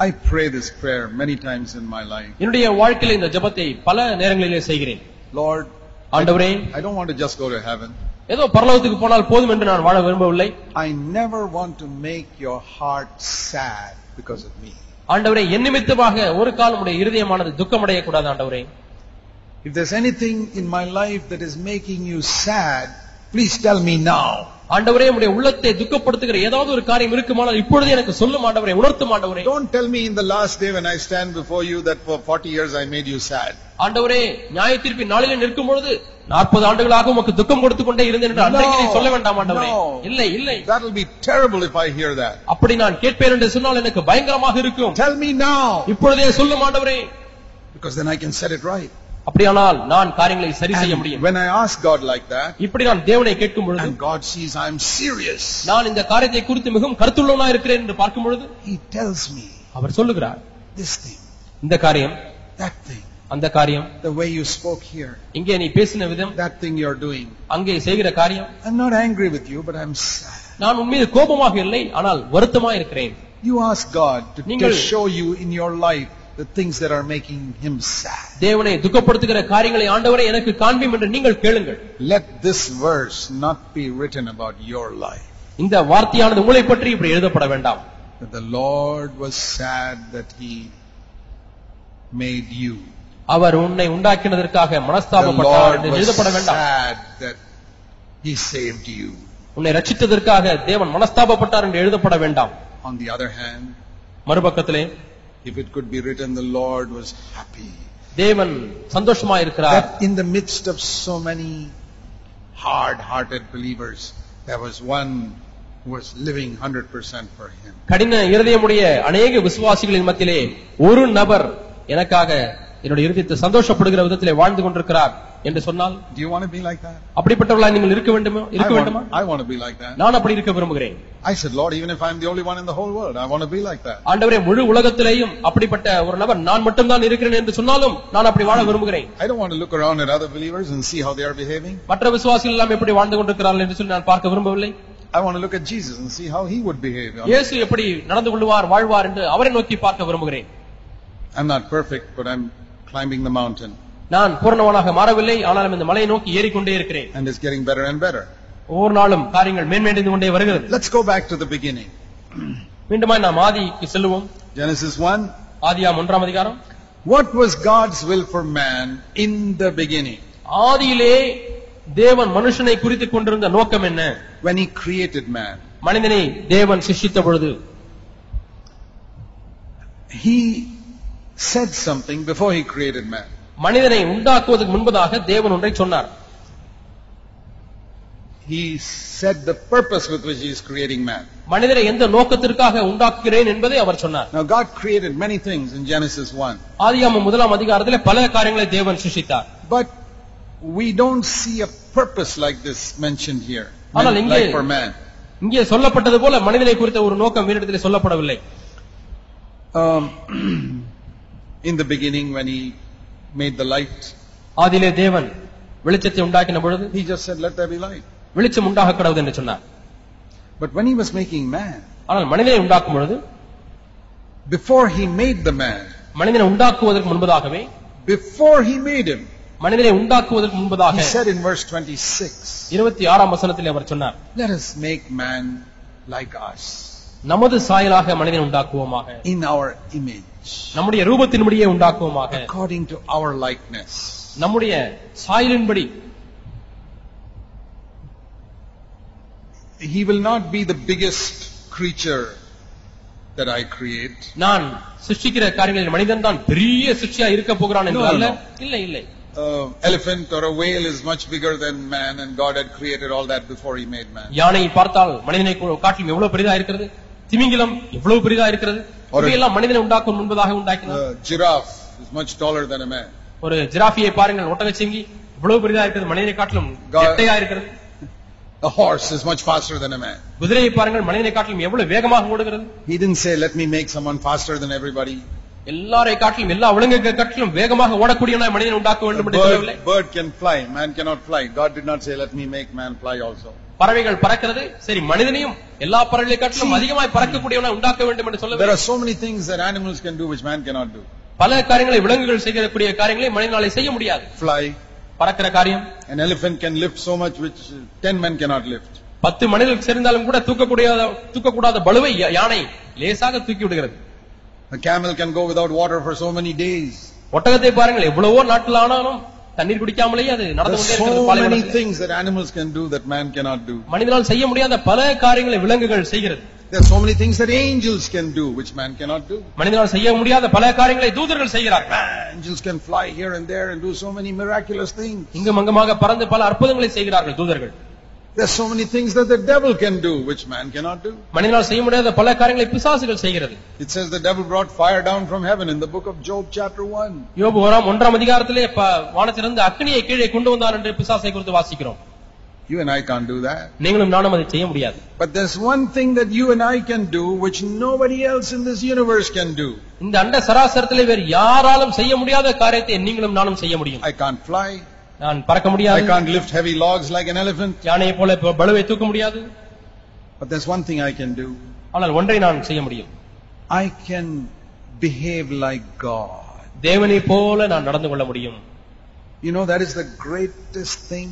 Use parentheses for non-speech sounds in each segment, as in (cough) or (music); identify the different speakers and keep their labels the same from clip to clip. Speaker 1: I pray this prayer many times in my life.
Speaker 2: என்னுடைய வாழ்க்கையில இந்த ஜெபத்தை பல நேரங்களிலே செய்கிறேன்
Speaker 1: Lord,
Speaker 2: ஆண்டவரே
Speaker 1: I don't want to just go to heaven.
Speaker 2: ஏதோ பரலோகத்துக்கு போனால் போதும் என்று நான் வாழ விரும்பவில்லை
Speaker 1: I never want to make your heart sad because of me.
Speaker 2: ஆண்டவரே என் நிமித்தமாக ஒரு காலம் உடைய இருதயமானது துக்கமடைய கூடாது ஆண்டவரே
Speaker 1: If there's anything in my life that is making you sad, please tell me now.
Speaker 2: ஆண்டவரே உடைய உள்ளத்தை துக்கப்படுத்துகிற ஏதாவது ஒரு காரியம் இருக்குமானால் இப்பொழுது எனக்கு சொல்லும் ஆண்டவரே உணர்த்தும் ஆண்டவரே
Speaker 1: Don't tell me in the last day when I stand before you that for 40 years I made you sad.
Speaker 2: ஆண்டவரே நியாய தீர்ப்பின் நாளிலே நிற்கும் பொழுது நாற்பது ஆண்டுகளாக உமக்கு துக்கம் கொடுத்து கொண்டே இருந்தேன் என்று அன்றைக்கு நீ சொல்ல வேண்டாம் ஆண்டவரே
Speaker 1: No.
Speaker 2: இல்லை இல்லை
Speaker 1: That'll be terrible if I hear that.
Speaker 2: அப்படி நான் கேட்பேன் என்று சொன்னால் எனக்கு பயங்கரமாக இருக்கும்
Speaker 1: Tell me now
Speaker 2: இப்பொழுதே சொல்லும் ஆண்டவரே
Speaker 1: because then I can set it right.
Speaker 2: அப்படியானால் நான் காரியங்களை சரி செய்ய
Speaker 1: And
Speaker 2: முடியும்
Speaker 1: when I ask God like that
Speaker 2: இப்படி நான் தேவனை கேட்கும் பொழுது
Speaker 1: and God sees I'm serious,
Speaker 2: நான் இந்த காரியத்தை குறித்து மிகவும் கருத்துள்ளவனா இருக்கிறேன் என்று பார்க்கும் பொழுது
Speaker 1: he tells me
Speaker 2: அவர் சொல்லுகிறார்
Speaker 1: this thing,
Speaker 2: இந்த காரியம்
Speaker 1: that thing,
Speaker 2: அந்த காரியம்
Speaker 1: the way you spoke here,
Speaker 2: இங்கே நீ பேசின விதம்
Speaker 1: that thing you're doing.
Speaker 2: அங்கே செய்கிற காரியம்
Speaker 1: I'm not angry with you, but I'm sad.
Speaker 2: நான் உன் மீது கோபமாக இல்லை ஆனால் வருத்தமா இருக்கிறேன்
Speaker 1: You ask God to, to
Speaker 2: நீங்கள்-
Speaker 1: show you in your life the things that are making him sad.
Speaker 2: தேவனை துக்கப்படுத்துகிற காரியங்களை ஆண்டவரை எனக்கு காண்பியும் என்று நீங்கள் கேளுங்கள்
Speaker 1: Let this verse not be written about your life.
Speaker 2: இந்த வார்த்தையானது உங்களை பற்றி இப்படி எழுதப்பட வேண்டாம்
Speaker 1: That the Lord was sad that he made you.
Speaker 2: அவர் உன்னை உண்டாக்கினதற்காக
Speaker 1: The
Speaker 2: மனஸ்தாபப்பட்டார்
Speaker 1: Lord
Speaker 2: என்று
Speaker 1: was
Speaker 2: எழுதப்பட வேண்டாம்
Speaker 1: sad that he saved you.
Speaker 2: உன்னை ரட்சித்ததற்காக தேவன் மனஸ்தாபப்பட்டார் என்று எழுதப்பட வேண்டாம்
Speaker 1: On the other hand,
Speaker 2: மறுபக்கத்திலே
Speaker 1: if it could be written, the Lord was happy.
Speaker 2: தேவன் சந்தோஷமா இருக்கிறார்
Speaker 1: That in the midst of so many hard-hearted believers, there was one who was living 100% for him.
Speaker 2: கடின இருதயமுடைய அநேக விசுவாசிகளின் மத்தியிலே ஒரு நபர் எனக்காக என்னுடைய இருதயத்தை சந்தோஷப்படுகிற விதத்திலே வாழ்ந்து கொண்டிருக்கிறார் என்று சொன்னால்
Speaker 1: Do you want to be like that?
Speaker 2: அப்படிப்பட்டவர்களா நீங்கள் இருக்க வேண்டுமா
Speaker 1: I
Speaker 2: இருக்க வேண்டுமா
Speaker 1: want, I want to be like that.
Speaker 2: நான் அப்படி இருக்க விரும்புகிறேன்
Speaker 1: I said, Lord, even if I'm the only one in the whole world, I want to be like that.
Speaker 2: ஆண்டவரே முழு உலகத்திலேயும் அப்படிப்பட்ட ஒரு நபர் நான் மட்டும்தான் இருக்கிறேன் என்று சொன்னாலும் நான் அப்படி வாழ விரும்புகிறேன்
Speaker 1: I don't want to look around at other believers and see how they are behaving.
Speaker 2: மற்ற விசுவாசிகள் எல்லாம் எப்படி வாழ்ந்து கொண்டிருக்கிறார்கள் என்று சொல்லி நான் பார்க்க விரும்பவில்லை
Speaker 1: I want to look at Jesus and see how he would behave. I'm-
Speaker 2: இயேசு எப்படி நடந்து கொள்வார் வாழ்வார் என்று அவரை நோக்கி பார்க்க விரும்புகிறேன்
Speaker 1: I'm not perfect, but I'm climbing the mountain
Speaker 2: நான் பூரணவனாக மாறவில்லை ஆனாலும் இந்த மலையை நோக்கி ஏறிக்கொண்டே இருக்கிறேன்
Speaker 1: and it's getting better and better.
Speaker 2: ஒவ்வொரு நாளும் காரியங்கள் மேன்மையடைந்து கொண்டே வருகிறது
Speaker 1: Let's go back to the beginning.
Speaker 2: மீண்டுமாய் நாம் ஆதிக்கு செல்லுவோம்
Speaker 1: Genesis 1.
Speaker 2: ஆதியாம் ஒன்றாம் அதிகாரம்
Speaker 1: What was God's will for man in the beginning
Speaker 2: ஆதியிலே தேவன் மனுஷனை குறித்துக் கொண்டிருந்த நோக்கம் என்ன
Speaker 1: when he created man?
Speaker 2: மனிதனை தேவன் சிருஷ்டித்த பொழுது
Speaker 1: He said something before he created man.
Speaker 2: மனிதனை உண்டாக்குவதற்கு முன்பதாக தேவன் ஒன்றை சொன்னார்
Speaker 1: He said the purpose with which he is creating man.
Speaker 2: மனிதனை எந்த நோக்கத்திற்காக உண்டாக்குகிறேன் என்பதை அவர் சொன்னார்
Speaker 1: Now God created many things in Genesis 1.
Speaker 2: ஆதியாமம் முதலாம் அதிகாரத்திலே பல காரியங்களை தேவன் சிருஷ்டித்தார்
Speaker 1: But we don't see a purpose like this mentioned here,
Speaker 2: ஆனால்
Speaker 1: like-
Speaker 2: இங்கே-
Speaker 1: like for man.
Speaker 2: இங்கே சொல்லப்பட்டது போல மனிதனை குறித்த ஒரு நோக்கம் வேறு சொல்லப்படவில்லை
Speaker 1: Um, (clears throat) in the beginning, when he made the light,
Speaker 2: ஆதியிலே தேவன் வெளிச்சத்தை உண்டாக்கின பொழுது
Speaker 1: he just said, "Let there be light."
Speaker 2: வெளிச்சம் உண்டாக கடவுது என்று சொன்னார்
Speaker 1: But when he was making man,
Speaker 2: ஆனால் மனிதனை உண்டாக்கும் பொழுது
Speaker 1: before he made the man,
Speaker 2: மனிதனை உண்டாக்குவதற்கு முன்பதாகவே
Speaker 1: before he made him,
Speaker 2: மனிதனை உண்டாக்குவதற்கு
Speaker 1: he
Speaker 2: முன்பதாக
Speaker 1: said in verse 26,
Speaker 2: இருபத்தி ஆறாம் வசனத்தில் அவர் சொன்னார்
Speaker 1: "Let us make man like us,
Speaker 2: நமது சாயலாக மனிதனை உண்டாக்குவோமாக
Speaker 1: in our image,
Speaker 2: நம்முடைய ரூபத்தின்படியே உண்டாக்குவோமாக
Speaker 1: according to our likeness."
Speaker 2: நம்முடைய சாயலின்படி
Speaker 1: He will not be the biggest creature that I create.
Speaker 2: நான் சிருஷ்டிக்கிற காரியங்களில் மனிதன் தான் பெரிய சிருஷ்டியா இருக்க போகிறான் என்று
Speaker 1: No,
Speaker 2: அல்ல
Speaker 1: no.
Speaker 2: இல்லை இல்லை
Speaker 1: uh, elephant or a whale is much bigger than man, and God had created all that before He made man.
Speaker 2: யானையை பார்த்தால் மனிதனை கூட- காட்டிலும் எவ்வளவு பெரிதா இருக்கிறது திமிங்கிலம் எவ்வளவு பெரிதா இருக்கிறது
Speaker 1: ஒரு-
Speaker 2: இவையெல்லாம் மனிதனை உண்டாக்கும் முன்பதாக உண்டாக்கினார்
Speaker 1: Uh, giraffe is much taller than a man.
Speaker 2: ஒரு ஜிராஃபியை பாருங்கள் ஒட்டகச்சிங்கி எவ்வளவு பெரிதா இருக்கிறது மனிதனை காட்டிலும்
Speaker 1: God-
Speaker 2: எட்டையா இருக்கிறது
Speaker 1: A horse is much faster than a man.
Speaker 2: குதிரையை பாருங்கள் மனிதனை காட்டிலும் எவ்வளவு வேகமாக ஓடுகிறது
Speaker 1: He didn't say, "Let me make someone faster than everybody."
Speaker 2: எல்லாரை காட்டிலும் எல்லா விலங்குகளை காட்டிலும் வேகமாக ஓடக்கூடியவனாய் மனிதனை உண்டாக்க
Speaker 1: A
Speaker 2: வேண்டும் என்று சொல்லவில்லை
Speaker 1: bird, bird can fly, man cannot fly. God did not say, "Let me make man fly also."
Speaker 2: பறவைகள் பறக்கிறது சரி மனிதனையும் எல்லா பறவைகளை காட்டிலும் அதிகமாய் பறக்கக்கூடியவனை உண்டாக்க வேண்டும் என்று
Speaker 1: There
Speaker 2: சொல்ல
Speaker 1: are so many things that animals can do which man cannot do.
Speaker 2: பல காரியங்களை விலங்குகள் செய்யக்கூடிய காரியங்களை மனிதனாலே செய்ய முடியாது
Speaker 1: Fly.
Speaker 2: பறக்கிற காரியம்
Speaker 1: An elephant can lift so much which uh, ten men cannot lift.
Speaker 2: பத்து மனிதர்கள் சேர்ந்தாலும் கூட தூக்கக்கூடிய தூக்கக்கூடாத பலுவை யா- யானை லேசாக தூக்கி விடுகிறது
Speaker 1: A camel can go without water for so many days.
Speaker 2: ஒட்டகத்தை பாருங்கள் எவ்வளவோ நாட்கள் ஆனாலும் தண்ணீர் குடிக்காமலேயே அது
Speaker 1: There are
Speaker 2: நடந்து கொண்டே இருக்கிறது
Speaker 1: so many
Speaker 2: பாலைவனத்திலே.
Speaker 1: things that animals can do that man cannot do.
Speaker 2: மனிதனால் செய்ய முடியாத பல காரியங்களை விலங்குகள் செய்கிறது
Speaker 1: There are so many things that angels can do which man cannot do.
Speaker 2: மனிதனால் செய்ய முடியாத பல காரியங்களை தூதர்கள் செய்கிறார்கள்
Speaker 1: Angels can fly here and there and do so many miraculous things.
Speaker 2: இங்கும் அங்குமாக பறந்து பல அற்புதங்களை செய்கிறார்கள் தூதர்கள்
Speaker 1: There are so many things that the devil can do which man cannot do.
Speaker 2: மனிதனால் செய்ய முடியாத பல காரியங்களை பிசாசுகள் செய்கிறது
Speaker 1: It says the devil brought fire down from heaven in the book of Job chapter 1.
Speaker 2: யோபு ஓராம் ஒன்றாம் அதிகாரத்திலே ப- வானத்திலிருந்து அக்னியை கீழே கொண்டு வந்தார் என்று பிசாசை குறித்து வாசிக்கிறோம்
Speaker 1: You and I can't do that.
Speaker 2: நீங்களும் நானும் அதை செய்ய முடியாது
Speaker 1: But there's one thing that you and I can do which nobody else in this universe can do.
Speaker 2: இந்த அண்ட சராசரத்திலே வேறு யாராலும் செய்ய முடியாத காரியத்தை நீங்களும் நானும் செய்ய முடியும்
Speaker 1: I can't fly.
Speaker 2: நான் பறக்க
Speaker 1: I
Speaker 2: முடியாது
Speaker 1: can't lift heavy logs like an elephant.
Speaker 2: யானையை போல ப- பளுவை தூக்க முடியாது
Speaker 1: But there's one thing I can do.
Speaker 2: ஆனால் ஒன்றை நான் செய்ய முடியும்
Speaker 1: I can behave like God.
Speaker 2: தேவனை போல நான் நடந்து கொள்ள முடியும்
Speaker 1: You know, that is the greatest thing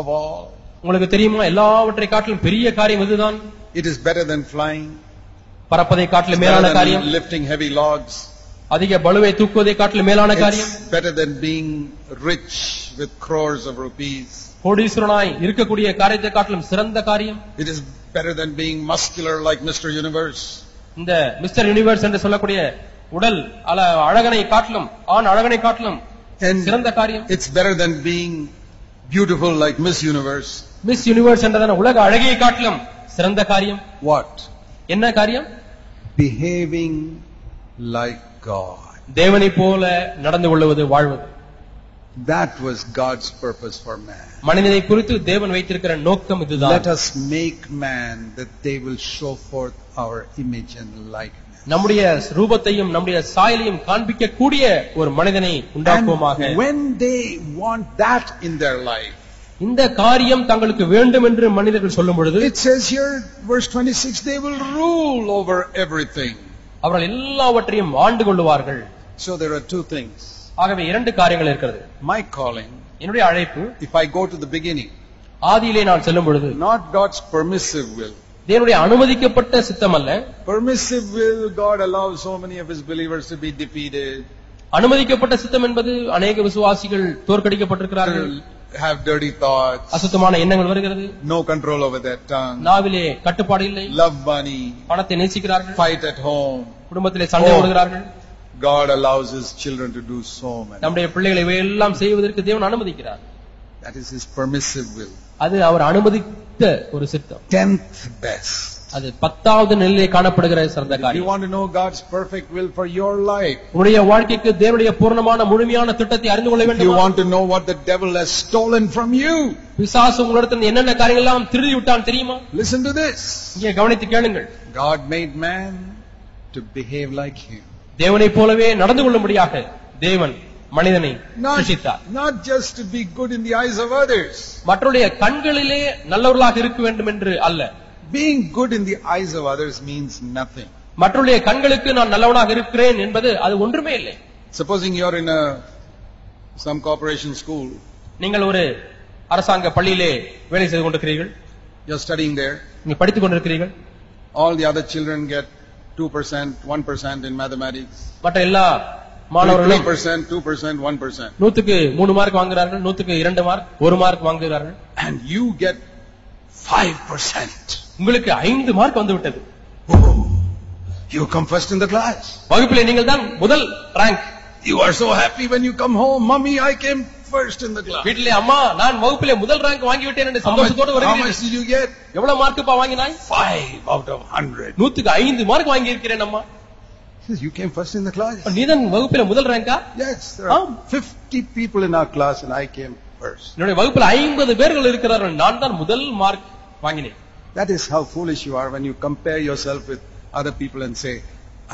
Speaker 1: of all.
Speaker 2: உங்களுக்கு தெரியுமா எல்லாவற்றை காட்டிலும் பெரிய காரியம் இதுதான்
Speaker 1: It is better than flying.
Speaker 2: பறப்பதை
Speaker 1: It's
Speaker 2: காட்டிலும் மேலான
Speaker 1: better
Speaker 2: காரியம்
Speaker 1: than lifting heavy logs.
Speaker 2: அதிக பளுவை தூக்குவதை காட்டிலும் மேலான காரியம்
Speaker 1: It's better than being rich with crores of rupees.
Speaker 2: கோடீஸ்வரனாய் இருக்கக்கூடிய காரியத்தை காட்டிலும் சிறந்த காரியம்
Speaker 1: It is better than being muscular like Mr. Universe.
Speaker 2: இந்த மிஸ்டர் யூனிவர்ஸ் என்று சொல்லக்கூடிய உடல் அல அழகனை காட்டிலும் ஆண் அழகனை காட்டிலும்
Speaker 1: And
Speaker 2: சிறந்த காரியம்
Speaker 1: it's better than being beautiful like Miss Universe.
Speaker 2: Miss Universe என்றதான உலக அழகியை காட்டிலும் சிறந்த காரியம்
Speaker 1: What?
Speaker 2: என்ன காரியம்
Speaker 1: Behaving like God.
Speaker 2: தேவனை போல நடந்து கொள்வது வாழ்வது
Speaker 1: That was God's purpose for man.
Speaker 2: மனிதனை குறித்து தேவன் வைத்திருக்கிற நோக்கம்
Speaker 1: Let
Speaker 2: இதுதான்
Speaker 1: us make man that they will show forth our image and likeness.
Speaker 2: நம்முடைய ரூபத்தையும் நம்முடைய சாயலையும் காண்பிக்க கூடிய ஒரு மனிதனை
Speaker 1: And
Speaker 2: உண்டாக்குவோமாக
Speaker 1: when they want that in their life,
Speaker 2: இந்த காரியம் தங்களுக்கு வேண்டும் என்று மனிதர்கள் சொல்லும் பொழுது
Speaker 1: it says here, verse 26, they will rule over everything.
Speaker 2: அவர்கள் எல்லாவற்றையும் ஆண்டு கொள்ளுவார்கள்
Speaker 1: So there are two things.
Speaker 2: ஆகவே இரண்டு காரியங்கள் இருக்கிறது
Speaker 1: My calling,
Speaker 2: என்னுடைய அழைப்பு
Speaker 1: if I go to the beginning,
Speaker 2: ஆதியிலே நான் செல்லும் பொழுது
Speaker 1: not God's permissive will.
Speaker 2: தேவனுடைய அனுமதிக்கப்பட்ட சித்தம் அல்ல
Speaker 1: Permissive will, God allows so many of his believers to be defeated,
Speaker 2: அனுமதிக்கப்பட்ட சித்தம் என்பது அநேக விசுவாசிகள் தோற்கடிக்கப்பட்டிருக்கிறார்கள்
Speaker 1: to have dirty thoughts,
Speaker 2: அசுத்தமான எண்ணங்கள் வருகிறது
Speaker 1: no control over their tongue,
Speaker 2: நாவிலே கட்டுப்பாடு இல்லை
Speaker 1: love money,
Speaker 2: பணத்தை நேசிக்கிறார்கள்
Speaker 1: fight at home.
Speaker 2: குடும்பத்திலே சண்டை
Speaker 1: Oh.
Speaker 2: போடுகிறார்கள்
Speaker 1: God allows His children to do so many.
Speaker 2: நம்முடைய பிள்ளைகளை இவையெல்லாம் செய்வதற்கு தேவன் அனுமதிக்கிறார்
Speaker 1: That is His permissive will.
Speaker 2: அது அவர் அனுமதித்த ஒரு சித்தம்
Speaker 1: Tenth best.
Speaker 2: அது பத்தாவது நிலையிலே காணப்படுகிற சிறந்த
Speaker 1: If you
Speaker 2: காரியம்
Speaker 1: want to know God's perfect will for your life,
Speaker 2: உன்னுடைய வாழ்க்கைக்கு தேவனுடைய பூரணமான முழுமையான திட்டத்தை அறிந்து கொள்ள
Speaker 1: if you
Speaker 2: வேண்டும்
Speaker 1: want to know what the devil has stolen from you,
Speaker 2: பிசாசு உங்களிடத்தில் என்னென்ன காரியங்கள் எல்லாம் திருடி விட்டான் தெரியுமா
Speaker 1: listen to this.
Speaker 2: இங்கே கவனித்து கேளுங்கள்
Speaker 1: God made man to behave like Him.
Speaker 2: தேவனை போலவே நடந்து கொள்ளும்படியாக தேவன் மனிதனை
Speaker 1: Not,
Speaker 2: சிருஷ்டித்தார்
Speaker 1: not just to be good in the eyes of others.
Speaker 2: மற்றவருடைய கண்களிலே நல்லவர்களாக இருக்க வேண்டும் என்று அல்ல
Speaker 1: Being good in the eyes of others means nothing.
Speaker 2: மற்றவருடைய கண்களுக்கு நான் நல்லவனாக இருக்கிறேன் என்பது அது ஒன்றுமே இல்லை
Speaker 1: Supposing you're in a some corporation school,
Speaker 2: நீங்கள் ஒரு அரசாங்க பள்ளியிலே வேலை செய்து கொண்டிருக்கிறீர்கள்
Speaker 1: you're studying there.
Speaker 2: நீங்கள் படித்துக் கொண்டிருக்கிறீர்கள்
Speaker 1: All the other children get 2%, 1% in mathematics.
Speaker 2: மற்ற எல்லா
Speaker 1: 3%,
Speaker 2: மாணவர்களும்
Speaker 1: 2%, 1%.
Speaker 2: நூத்துக்கு மூணு மார்க் வாங்குகிறார்கள் நூத்துக்கு இரண்டு மார்க் ஒரு மார்க் வாங்குகிறார்கள்
Speaker 1: And you get 5%.
Speaker 2: உங்களுக்கு ஐந்து மார்க் வந்து விட்டது
Speaker 1: Oh, you come first in the class.
Speaker 2: வகுப்பிலே நீங்கள் தான் முதல் rank
Speaker 1: You are so happy when you come home. Mommy, I came first in the class.
Speaker 2: வீட்டிலே அம்மா நான் வகுப்பிலே முதல் ரேங்க் வாங்கிவிட்டேன் என்று
Speaker 1: How much,
Speaker 2: சந்தோஷத்தோடு
Speaker 1: how
Speaker 2: வருகிறேன்
Speaker 1: much did you get?
Speaker 2: எவ்வளவு மார்க்குப்பா வாங்கினாய்
Speaker 1: 5 out of 100.
Speaker 2: நூத்துக்கு ஐந்து மார்க் வாங்கி இருக்கிறேன் அம்மா
Speaker 1: Says, You came first in the class.
Speaker 2: நீதான் வகுப்பில முதல் ரேங்கா
Speaker 1: Yes, there are
Speaker 2: How?
Speaker 1: 50 people in our class and I came first.
Speaker 2: என்னுடைய வகுப்புல ஐம்பது பேர்கள் இருக்கிறார்கள் நான் தான் முதல் மார்க் வாங்கினேன்
Speaker 1: That is how foolish you are when you compare yourself with other people and say,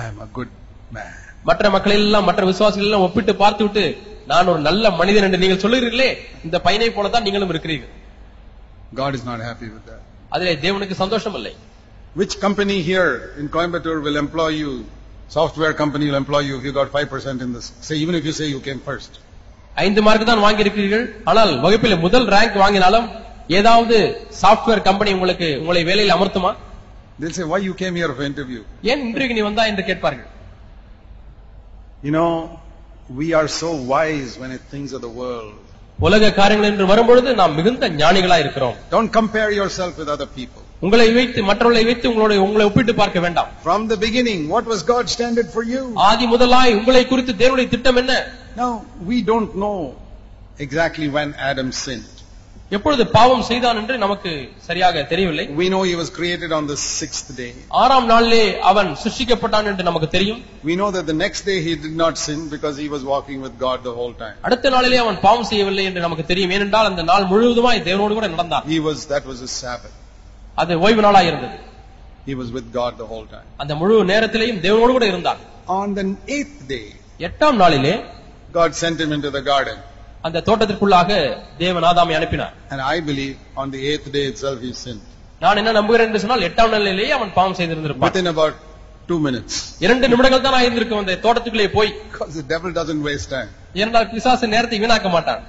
Speaker 1: I am a good man.
Speaker 2: மற்ற மக்கள் எல்லாம் மற்ற விசுவாசிகள் எல்லாம் ஒப்பிட்டு பார்த்து விட்டு நான் ஒரு நல்ல மனிதன் என்று நீங்கள் சொல்லுகிறீர்களே இந்த பையனை போலதான் நீங்களும் இருக்கிறீர்கள்
Speaker 1: God is not happy with that.
Speaker 2: அதிலே தேவனுக்கு சந்தோஷம் இல்லை
Speaker 1: Which company here in Coimbatore will employ you? Software company will employ you if you got 5% in this. Say, even if you say you came first.
Speaker 2: ஐந்து mark தான் வாங்கி இருக்கிறீர்கள் ஆனால் வகுப்பில் முதல் ரேங்க் வாங்கினாலும் ஏதாவது சாஃப்ட்வேர் கம்பெனி உங்களுக்கு உங்களை வேலையில் அமர்த்துமா
Speaker 1: They'll say, why you came here for interview?
Speaker 2: ஏன் இன்றைக்கு நீ வந்தா என்று கேட்பார்கள்
Speaker 1: You know, we are so wise when it things of the world.
Speaker 2: உலக காரியங்கள் என்று வரும்பொழுது நாம் மிகுந்த ஞானிகளா இருக்கிறோம்
Speaker 1: Don't compare yourself with other people.
Speaker 2: உங்களை வைத்து மற்றவர்களை வைத்து உங்களுடைய உங்களை ஒப்பிட்டு பார்க்க வேண்டாம்
Speaker 1: From the beginning, what was God's standard for you?
Speaker 2: ஆதி முதலாய் உங்களை குறித்து தேவனுடைய திட்டம் என்ன
Speaker 1: Now, we don't know exactly when Adam sinned.
Speaker 2: எப்பொழுது பாவம் செய்தான் என்று நமக்கு சரியாக தெரியவில்லை
Speaker 1: We know he was created on the sixth day.
Speaker 2: ஆறாம் நாளிலே அவன் சிருஷ்டிக்கப்பட்டான் என்று நமக்கு தெரியும்
Speaker 1: We know that the next day he did not sin because he was walking with God the whole time.
Speaker 2: அடுத்த நாளிலே அவன் பாவம் செய்யவில்லை என்று நமக்கு தெரியும் ஏனென்றால் அந்த நாள் முழுவதுமாய் தேவனோடு கூட நடந்தான்
Speaker 1: He was, that was his Sabbath.
Speaker 2: அது ஓய்வு நாளாய் இருந்தது
Speaker 1: He was with God the whole time.
Speaker 2: அந்த முழு நேரத்திலேயும் தேவனோடு கூட இருந்தான்
Speaker 1: On the eighth day,
Speaker 2: எட்டாம் நாளிலே
Speaker 1: God sent him into the garden.
Speaker 2: அந்த தோட்டத்திற்குள்ளாக தேவன் ஆதாமை அனுப்பினார்
Speaker 1: And I believe on the eighth day itself he sinned.
Speaker 2: நான் என்ன நம்புகிறேன் என்று சொன்னால் எட்டாம் நாளிலேயே அவன் பாவம் செய்திருந்திருப்பான்
Speaker 1: Within about two minutes.
Speaker 2: இரண்டு நிமிடங்கள் தான் ஆயிருந்திருக்கும் அந்த தோட்டத்துக்குள்ளே போய்
Speaker 1: Because the devil doesn't waste time.
Speaker 2: ஏனென்றால் பிசாசு நேரத்தை வீணாக்க மாட்டான்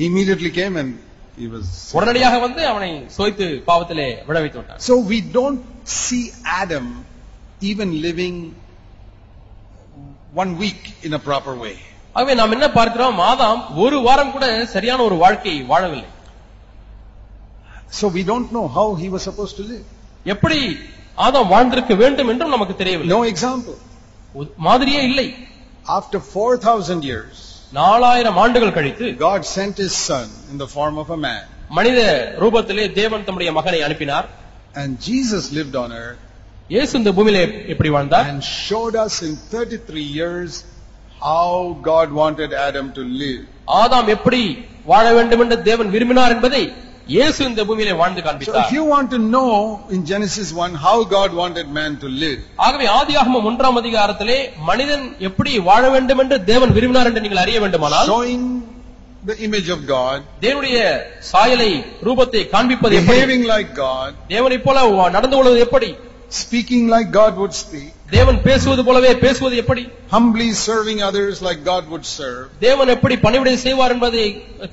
Speaker 1: He immediately came and he was.
Speaker 2: உடனடியாக வந்து அவனை சோய்த்து பாவத்திலே விழ வைத்து விட்டான்
Speaker 1: So we don't see Adam even living one week in a proper way.
Speaker 2: ஆகவே நாம் என்ன பார்க்கிறோம் ஆதாம் ஒரு வாரம் கூட சரியான ஒரு வாழ்க்கையை வாழவில்லை
Speaker 1: So we don't know how he was supposed to live.
Speaker 2: எப்படி ஆதாம் வாழ்ந்திருக்க வேண்டும் என்றும் நமக்கு தெரியவில்லை
Speaker 1: No example.
Speaker 2: ஒரு மாதிரியே இல்லை
Speaker 1: After 4,000 years,
Speaker 2: நாலாயிரம் ஆண்டுகள் கழித்து
Speaker 1: God sent his son in the form of a man.
Speaker 2: மனித ரூபத்திலே தேவன் தம்முடைய மகனை அனுப்பினார்
Speaker 1: And Jesus lived on earth
Speaker 2: இயேசு இந்த பூமியிலே எப்படி வாழ்ந்தார்
Speaker 1: and showed us in 33 years how God wanted Adam to live.
Speaker 2: ஆதாம் எப்படி வாழ வேண்டும் என்று தேவன் விரும்பினார் என்பதை இயேசு இந்த பூமியிலே வாழ்ந்து
Speaker 1: So if
Speaker 2: காண்பித்தார்
Speaker 1: you want to know in Genesis 1 how God wanted man to live,
Speaker 2: ஆகவே ஆதியாகமம் ஒன்றாம் அதிகாரத்திலே மனிதன் எப்படி வாழ வேண்டும் என்று தேவன் விரும்பினார் என்று நீங்கள் அறிய வேண்டுமானால்
Speaker 1: showing the image of God,
Speaker 2: தேவனுடைய சாயலை ரூபத்தை காண்பிப்பது எப்படி
Speaker 1: behaving like God,
Speaker 2: தேவனைப் போல வா- நடந்து கொள்வது எப்படி
Speaker 1: speaking like God would speak,
Speaker 2: தேவன் பேசுவது போலவே பேசுவது எப்படி
Speaker 1: humbly serving others like God would serve,
Speaker 2: தேவன் எப்படி பணிவிடை செய்வார் என்பதை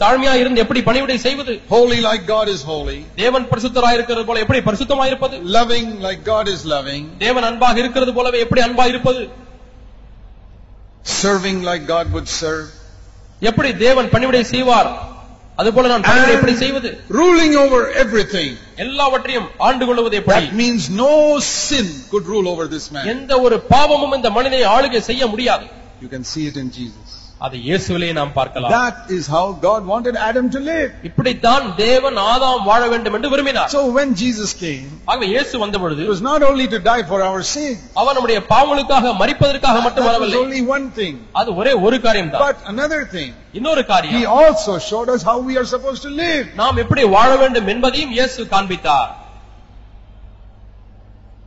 Speaker 2: தாழ்மையா இருந்து எப்படி பணிவிடை செய்வது
Speaker 1: holy like God is holy,
Speaker 2: தேவன் பரிசுத்தராய் இருக்கிறது போல எப்படி பரிசுத்தமாய் இருப்பது
Speaker 1: loving like God is loving,
Speaker 2: தேவன் அன்பாக இருக்கிறது போலவே எப்படி அன்பா இருப்பது
Speaker 1: serving like God would serve,
Speaker 2: எப்படி தேவன் பணிவிடை செய்வார் அதுபோல நான் பணிவிடை எப்படி செய்வது
Speaker 1: ruling over everything.
Speaker 2: எல்லாவற்றையும் ஆண்டு கொள்வது எப்படி
Speaker 1: That means no sin could rule over this man.
Speaker 2: எந்த ஒரு பாவமும் இந்த மனிதை ஆளுகை செய்ய முடியாது
Speaker 1: You can see it in Jesus.
Speaker 2: அதை இயேசுவிலே நாம் பார்க்கலாம்
Speaker 1: That is how God wanted Adam to live.
Speaker 2: இப்படித்தான் தேவன் ஆதாம் வாழ வேண்டும் என்று விரும்பினார்
Speaker 1: So when Jesus came,
Speaker 2: ஆகவே இயேசு வந்த பொழுது
Speaker 1: it was not only to die for our sin.
Speaker 2: அவர் நம்முடைய பாவங்களுக்காக மறிப்பதற்காக மட்டும்
Speaker 1: That was
Speaker 2: வரவில்லை
Speaker 1: only one thing.
Speaker 2: அது ஒரே ஒரு காரியம் தான்
Speaker 1: But another thing,
Speaker 2: இன்னொரு
Speaker 1: He
Speaker 2: காரியம்
Speaker 1: also showed us how we are supposed to live.
Speaker 2: நாம் எப்படி வாழ வேண்டும் என்பதையும் இயேசு காண்பித்தார்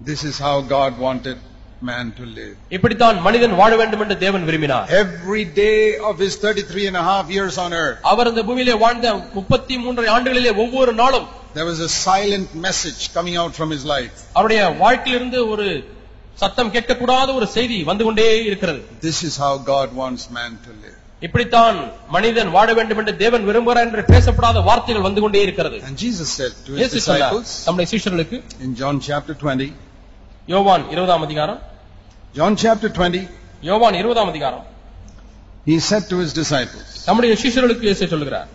Speaker 1: This is how God wanted man to live.
Speaker 2: இப்படித்தான் மனிதன் வாழ வேண்டும் என்று தேவன் விரும்பினார்
Speaker 1: Every day of his 33 and a half years on earth,
Speaker 2: அவர் இந்த பூமியிலே வாழ்ந்த முப்பத்தி மூன்று ஆண்டுகளிலே ஒவ்வொரு நாளும்
Speaker 1: there was a silent message coming out from his life.
Speaker 2: அவருடைய வாழ்க்கையிலிருந்து ஒரு சத்தம் கேட்கக்கூடாத ஒரு செய்தி வந்து கொண்டே இருக்கிறது
Speaker 1: This is how God wants man to live.
Speaker 2: இப்படித்தான் மனிதன் வாழ வேண்டும் என்று தேவன் விரும்புகிறார் என்று பேசப்படாத வார்த்தைகள் வந்து கொண்டே இருக்கிறது
Speaker 1: And Jesus said to his
Speaker 2: இயேசு சொன்னார்
Speaker 1: disciples
Speaker 2: தம்முடைய சீஷர்களுக்கு
Speaker 1: in John chapter 20,
Speaker 2: யோவான் இருபதாம் அதிகாரம்
Speaker 1: John chapter 20,
Speaker 2: யோவான் இருபதாம் அதிகாரம்
Speaker 1: he said to his disciples,
Speaker 2: தம்முடைய சீஷர்களுக்கு இயேசு சொல்லுகிறார்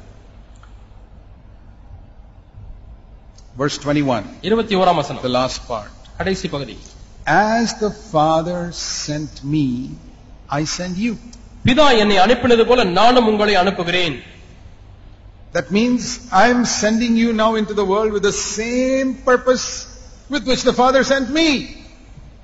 Speaker 1: verse 21,
Speaker 2: இருபத்தி ஓராம் வசனம்
Speaker 1: the last part.
Speaker 2: கடைசி பகுதி
Speaker 1: As the Father sent me, I send you.
Speaker 2: பிதா என்னை அனுப்பினது போல நானும் உங்களை அனுப்புகிறேன்
Speaker 1: That means I am sending you now into the world with the same purpose with which the Father sent me.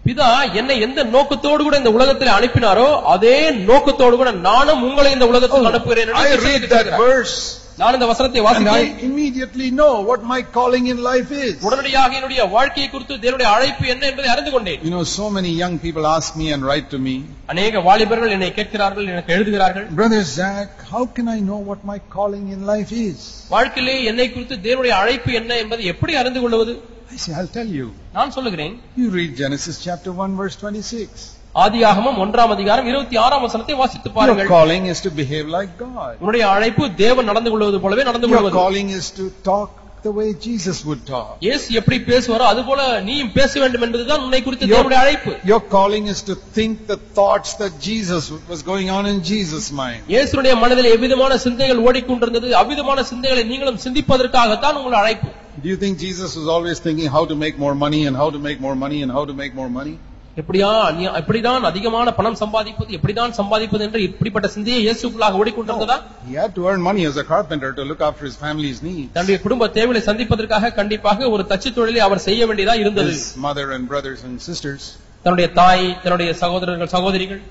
Speaker 2: பிதா என்னை எந்த நோக்கத்தோடு கூட இந்த உலகத்தில் அனுப்பினாரோ அதே நோக்கத்தோடு கூட நானும் உங்களை இந்த உலகத்தில் அனுப்புகிறேன் என்று
Speaker 1: Oh, I
Speaker 2: இயேசு
Speaker 1: read that
Speaker 2: சொல்லுகிறார்.
Speaker 1: verse
Speaker 2: நான் இந்த வசனத்தை
Speaker 1: And I
Speaker 2: வாசித்தேன்
Speaker 1: immediately know what my calling in life is.
Speaker 2: உடனடியாக என்னுடைய வாழ்க்கையை குறித்து தேவனுடைய அழைப்பு என்ன என்பதை அறிந்து கொண்டேன்
Speaker 1: You know, so many young people ask me and write to me,
Speaker 2: அநேக வாலிபர்கள் என்னை கேட்கிறார்கள் எனக்கு எழுதுகிறார்கள்
Speaker 1: Brother Zach, how can I know what my calling in life is?
Speaker 2: வாழ்க்கையிலே என்னை குறித்து தேவனுடைய அழைப்பு என்ன என்பதை எப்படி அறிந்து கொள்வது
Speaker 1: I say, I'll tell you.
Speaker 2: நான் சொல்லுகிறேன்
Speaker 1: You read Genesis chapter 1 verse 26.
Speaker 2: ஆதியாகமம் ஒன்றாம் அதிகாரம் இருபத்தி ஆறாம் வசனத்தை வாசித்து
Speaker 1: Your
Speaker 2: பாருங்கள்
Speaker 1: calling is to behave like God.
Speaker 2: உன்னுடைய அழைப்பு தேவன் நடந்து கொள்வது போலவே நடந்து
Speaker 1: Your
Speaker 2: கொள்வது
Speaker 1: calling is to talk the way Jesus would talk.
Speaker 2: இயேசு எப்படி பேசுவாரோ அதுபோல நீயும் பேச வேண்டும் என்பதுதான் உன்னை குறித்து
Speaker 1: Your-
Speaker 2: தேவனுடைய அழைப்பு
Speaker 1: Your calling is to think the thoughts that Jesus was going on in Jesus' mind.
Speaker 2: இயேசுடைய மனதில் எவ்விதமான சிந்தைகள் ஓடிக்கொண்டிருந்தது அவ்விதமான சிந்தைகளை நீங்களும் சிந்திப்பதற்காகத்தான் உங்கள் அழைப்பு
Speaker 1: Do you think Jesus was always thinking how to make more money and how to make more money and how to make more money?
Speaker 2: எப்படியா நீ- எப்படிதான் அதிகமான பணம் சம்பாதிப்பது எப்படிதான் சம்பாதிப்பது என்று இப்படிப்பட்ட சிந்தையை இயேசுக்குள்ளாக ஓடிக்கொண்டிருந்ததா
Speaker 1: He had to earn money as a carpenter to look after his family's needs.
Speaker 2: தன்னுடைய குடும்ப தேவைகளை சந்திப்பதற்காக கண்டிப்பாக ஒரு தச்சு தொழிலை அவர் செய்ய வேண்டியதா இருந்தது
Speaker 1: His mother and brothers and sisters.
Speaker 2: தன்னுடைய தாய் தன்னுடைய சகோதரர்கள் சகோதரிகள்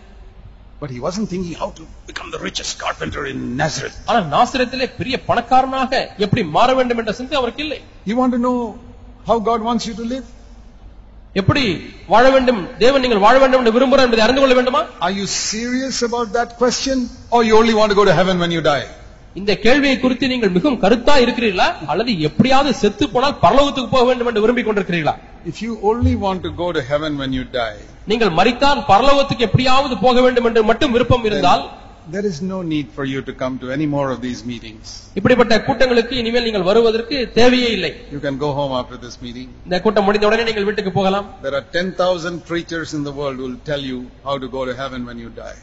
Speaker 1: But he wasn't thinking how to become the richest carpenter in Nazareth.
Speaker 2: ஆனால் நாசிரத்திலே பெரிய பணக்காரனாக எப்படி மாற வேண்டும் என்ற சிந்தை அவருக்கு இல்லை
Speaker 1: You want to know how God wants you to live?
Speaker 2: எப்படி வாழ வேண்டும் தேவன் நீங்கள் வாழ வேண்டும் என்று விரும்புகிறார் என்பதை அறிந்து கொள்ள வேண்டுமா
Speaker 1: Are you serious about that question? Or you only want to go to heaven when you die?
Speaker 2: இந்த கேள்வியை குறித்து நீங்கள் மிகவும் கருத்தா இருக்கிறீர்களா அல்லது எப்படியாவது செத்து போனால் பரலோகத்துக்கு போக வேண்டும் என்று விரும்பிக் கொண்டிருக்கிறீர்களா
Speaker 1: If you only want to go to heaven when you die,
Speaker 2: நீங்கள் மறித்தால் பரலோகத்துக்கு எப்படியாவது போக வேண்டும் என்று மட்டும் விருப்பம்
Speaker 1: then
Speaker 2: இருந்தால்
Speaker 1: there is no need for you to come to any more of these meetings.
Speaker 2: இப்படிப்பட்ட கூட்டங்களுக்கு இனிமேல் நீங்கள் வருவதற்கு தேவையே இல்லை
Speaker 1: You can go home after this meeting.
Speaker 2: இந்த கூட்டம் முடிந்த உடனே நீங்கள் வீட்டுக்கு போகலாம்
Speaker 1: There are 10,000 preachers in the world who will tell you how to go to heaven when you die.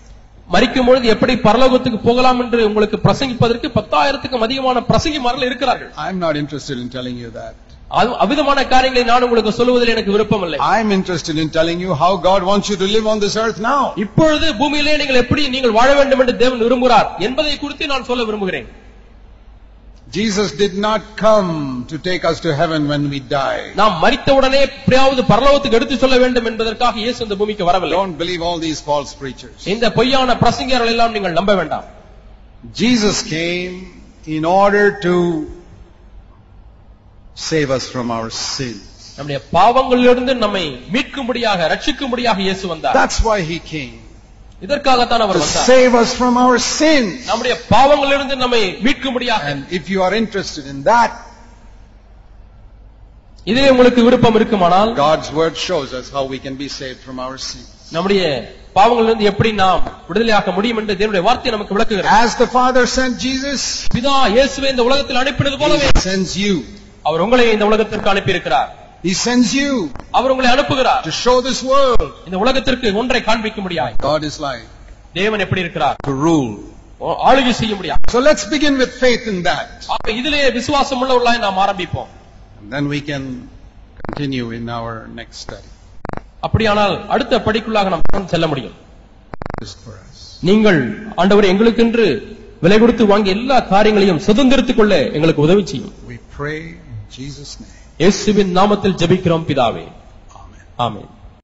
Speaker 2: மறிக்கும் பொழுது எப்படி பரலோகத்துக்கு போகலாம் என்று உங்களுக்கு பிரசங்கிப்பதற்கு பத்தாயிரத்துக்கும் அதிகமான பிரசங்கிமார்கள் இருக்கிறார்கள்
Speaker 1: I'm not interested in telling you that.
Speaker 2: அது- அவ்விதமான காரியங்களை நான் உங்களுக்கு சொல்லுவதில் எனக்கு விருப்பம் இல்லை
Speaker 1: I'm interested in telling you how God wants you to live on this earth now.
Speaker 2: இப்பொழுது பூமியிலே நீங்கள் எப்படி நீங்கள் வாழ வேண்டும் என்று தேவன் விரும்புகிறார் என்பதை குறித்து நான் சொல்ல விரும்புகிறேன்
Speaker 1: Jesus did not come to take us to heaven when we die.
Speaker 2: நாம் மறித்தவுடனே எப்படியாவது பரலோகத்துக்கு எடுத்து சொல்ல வேண்டும் என்பதற்காக இயேசு இந்த பூமிக்கு வரவில்லை
Speaker 1: Don't believe all these false preachers.
Speaker 2: இந்த பொய்யான பிரசங்கியர்கள் எல்லாம் நீங்கள் நம்ப வேண்டாம்
Speaker 1: Jesus came in order to save us from our sins.
Speaker 2: நம்முடைய பாவங்களிலிருந்து நம்மை மீட்கும்படியாக ரட்சிக்கும்படியாக இயேசு வந்தார்
Speaker 1: That's why he came.
Speaker 2: இதற்காகத்தான்
Speaker 1: To
Speaker 2: அவர் வந்தார்
Speaker 1: save us from our sins.
Speaker 2: நம்முடைய பாவங்களிலிருந்து நம்மை மீட்கும்படியாக
Speaker 1: And if you are interested in that,
Speaker 2: இதிலே உங்களுக்கு விருப்பம் இருக்குமானால்
Speaker 1: God's word shows us how we can be saved from our sins.
Speaker 2: நம்முடைய பாவங்களிலிருந்து எப்படி நாம் விடுதலையாக்க முடியும் என்று தேவனுடைய வார்த்தை நமக்கு விளக்குகிறார்
Speaker 1: As the Father sent Jesus,
Speaker 2: பிதா இயேசுவை இந்த உலகத்தில் அனுப்பினது போலவே
Speaker 1: He sends you.
Speaker 2: அவர் உங்களை இந்த உலகத்திற்கு அனுப்பியிருக்கிறார்
Speaker 1: He sends you
Speaker 2: அவர் உங்களை அனுப்புகிறார்
Speaker 1: to show this world
Speaker 2: இந்த உலகத்திற்கு ஒன்றை காண்பிக்க முடியாது
Speaker 1: God is like
Speaker 2: தேவன் எப்படி இருக்கிறார்
Speaker 1: to rule.
Speaker 2: ஓ- ஆளுகை செய்ய முடியாது
Speaker 1: So let's begin with faith in that.
Speaker 2: அப்ப இதிலே விசுவாசம் உள்ளவர்களாய் நாம் ஆரம்பிப்போம்
Speaker 1: And then we can continue in our next study.
Speaker 2: அப்படியானால் அடுத்த படிக்குள்ளாக நாம் கடந்து செல்ல முடியும்
Speaker 1: Just for us.
Speaker 2: நீங்கள் ஆண்டவர் எங்களுக்கென்று விலை கொடுத்து வாங்கிய எல்லா காரியங்களையும் சுதந்திரத்துக் கொள்ள எங்களுக்கு உதவி செய்யும்
Speaker 1: We pray in Jesus' name.
Speaker 2: இயேசுவின் நாமத்தில் ஜெபிக்கிறோம் பிதாவே
Speaker 1: Amen.
Speaker 2: ஆமென்